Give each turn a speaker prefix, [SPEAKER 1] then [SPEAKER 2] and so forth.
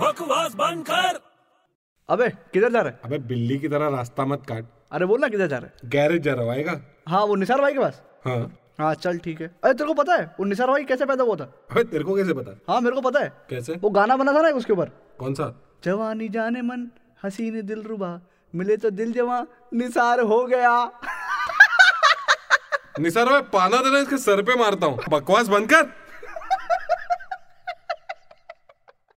[SPEAKER 1] बकवास बंद कर
[SPEAKER 2] अबे किधर जा रहा है
[SPEAKER 3] अबे बिल्ली की तरह रास्ता मत काट
[SPEAKER 2] अरे बोल ना किधर जा रहा है
[SPEAKER 3] गैरेज जा रहा हूँ, आएगा
[SPEAKER 2] हाँ वो निसार भाई के पास
[SPEAKER 3] हाँ
[SPEAKER 2] हाँ चल ठीक है अरे तेरे को पता है वो निसार भाई कैसे पैदा हुआ था
[SPEAKER 3] अबे तेरे को कैसे पता
[SPEAKER 2] हाँ मेरे को पता है
[SPEAKER 3] कैसे
[SPEAKER 2] वो गाना बना था ना उसके ऊपर
[SPEAKER 3] कौन सा
[SPEAKER 2] जवानी जाने मन हसीन दिल रुबा मिले तो दिल जवा निसार हो गया
[SPEAKER 3] निसार मैं पाना देना इसके सर पे मारता हूँ बकवास बंद कर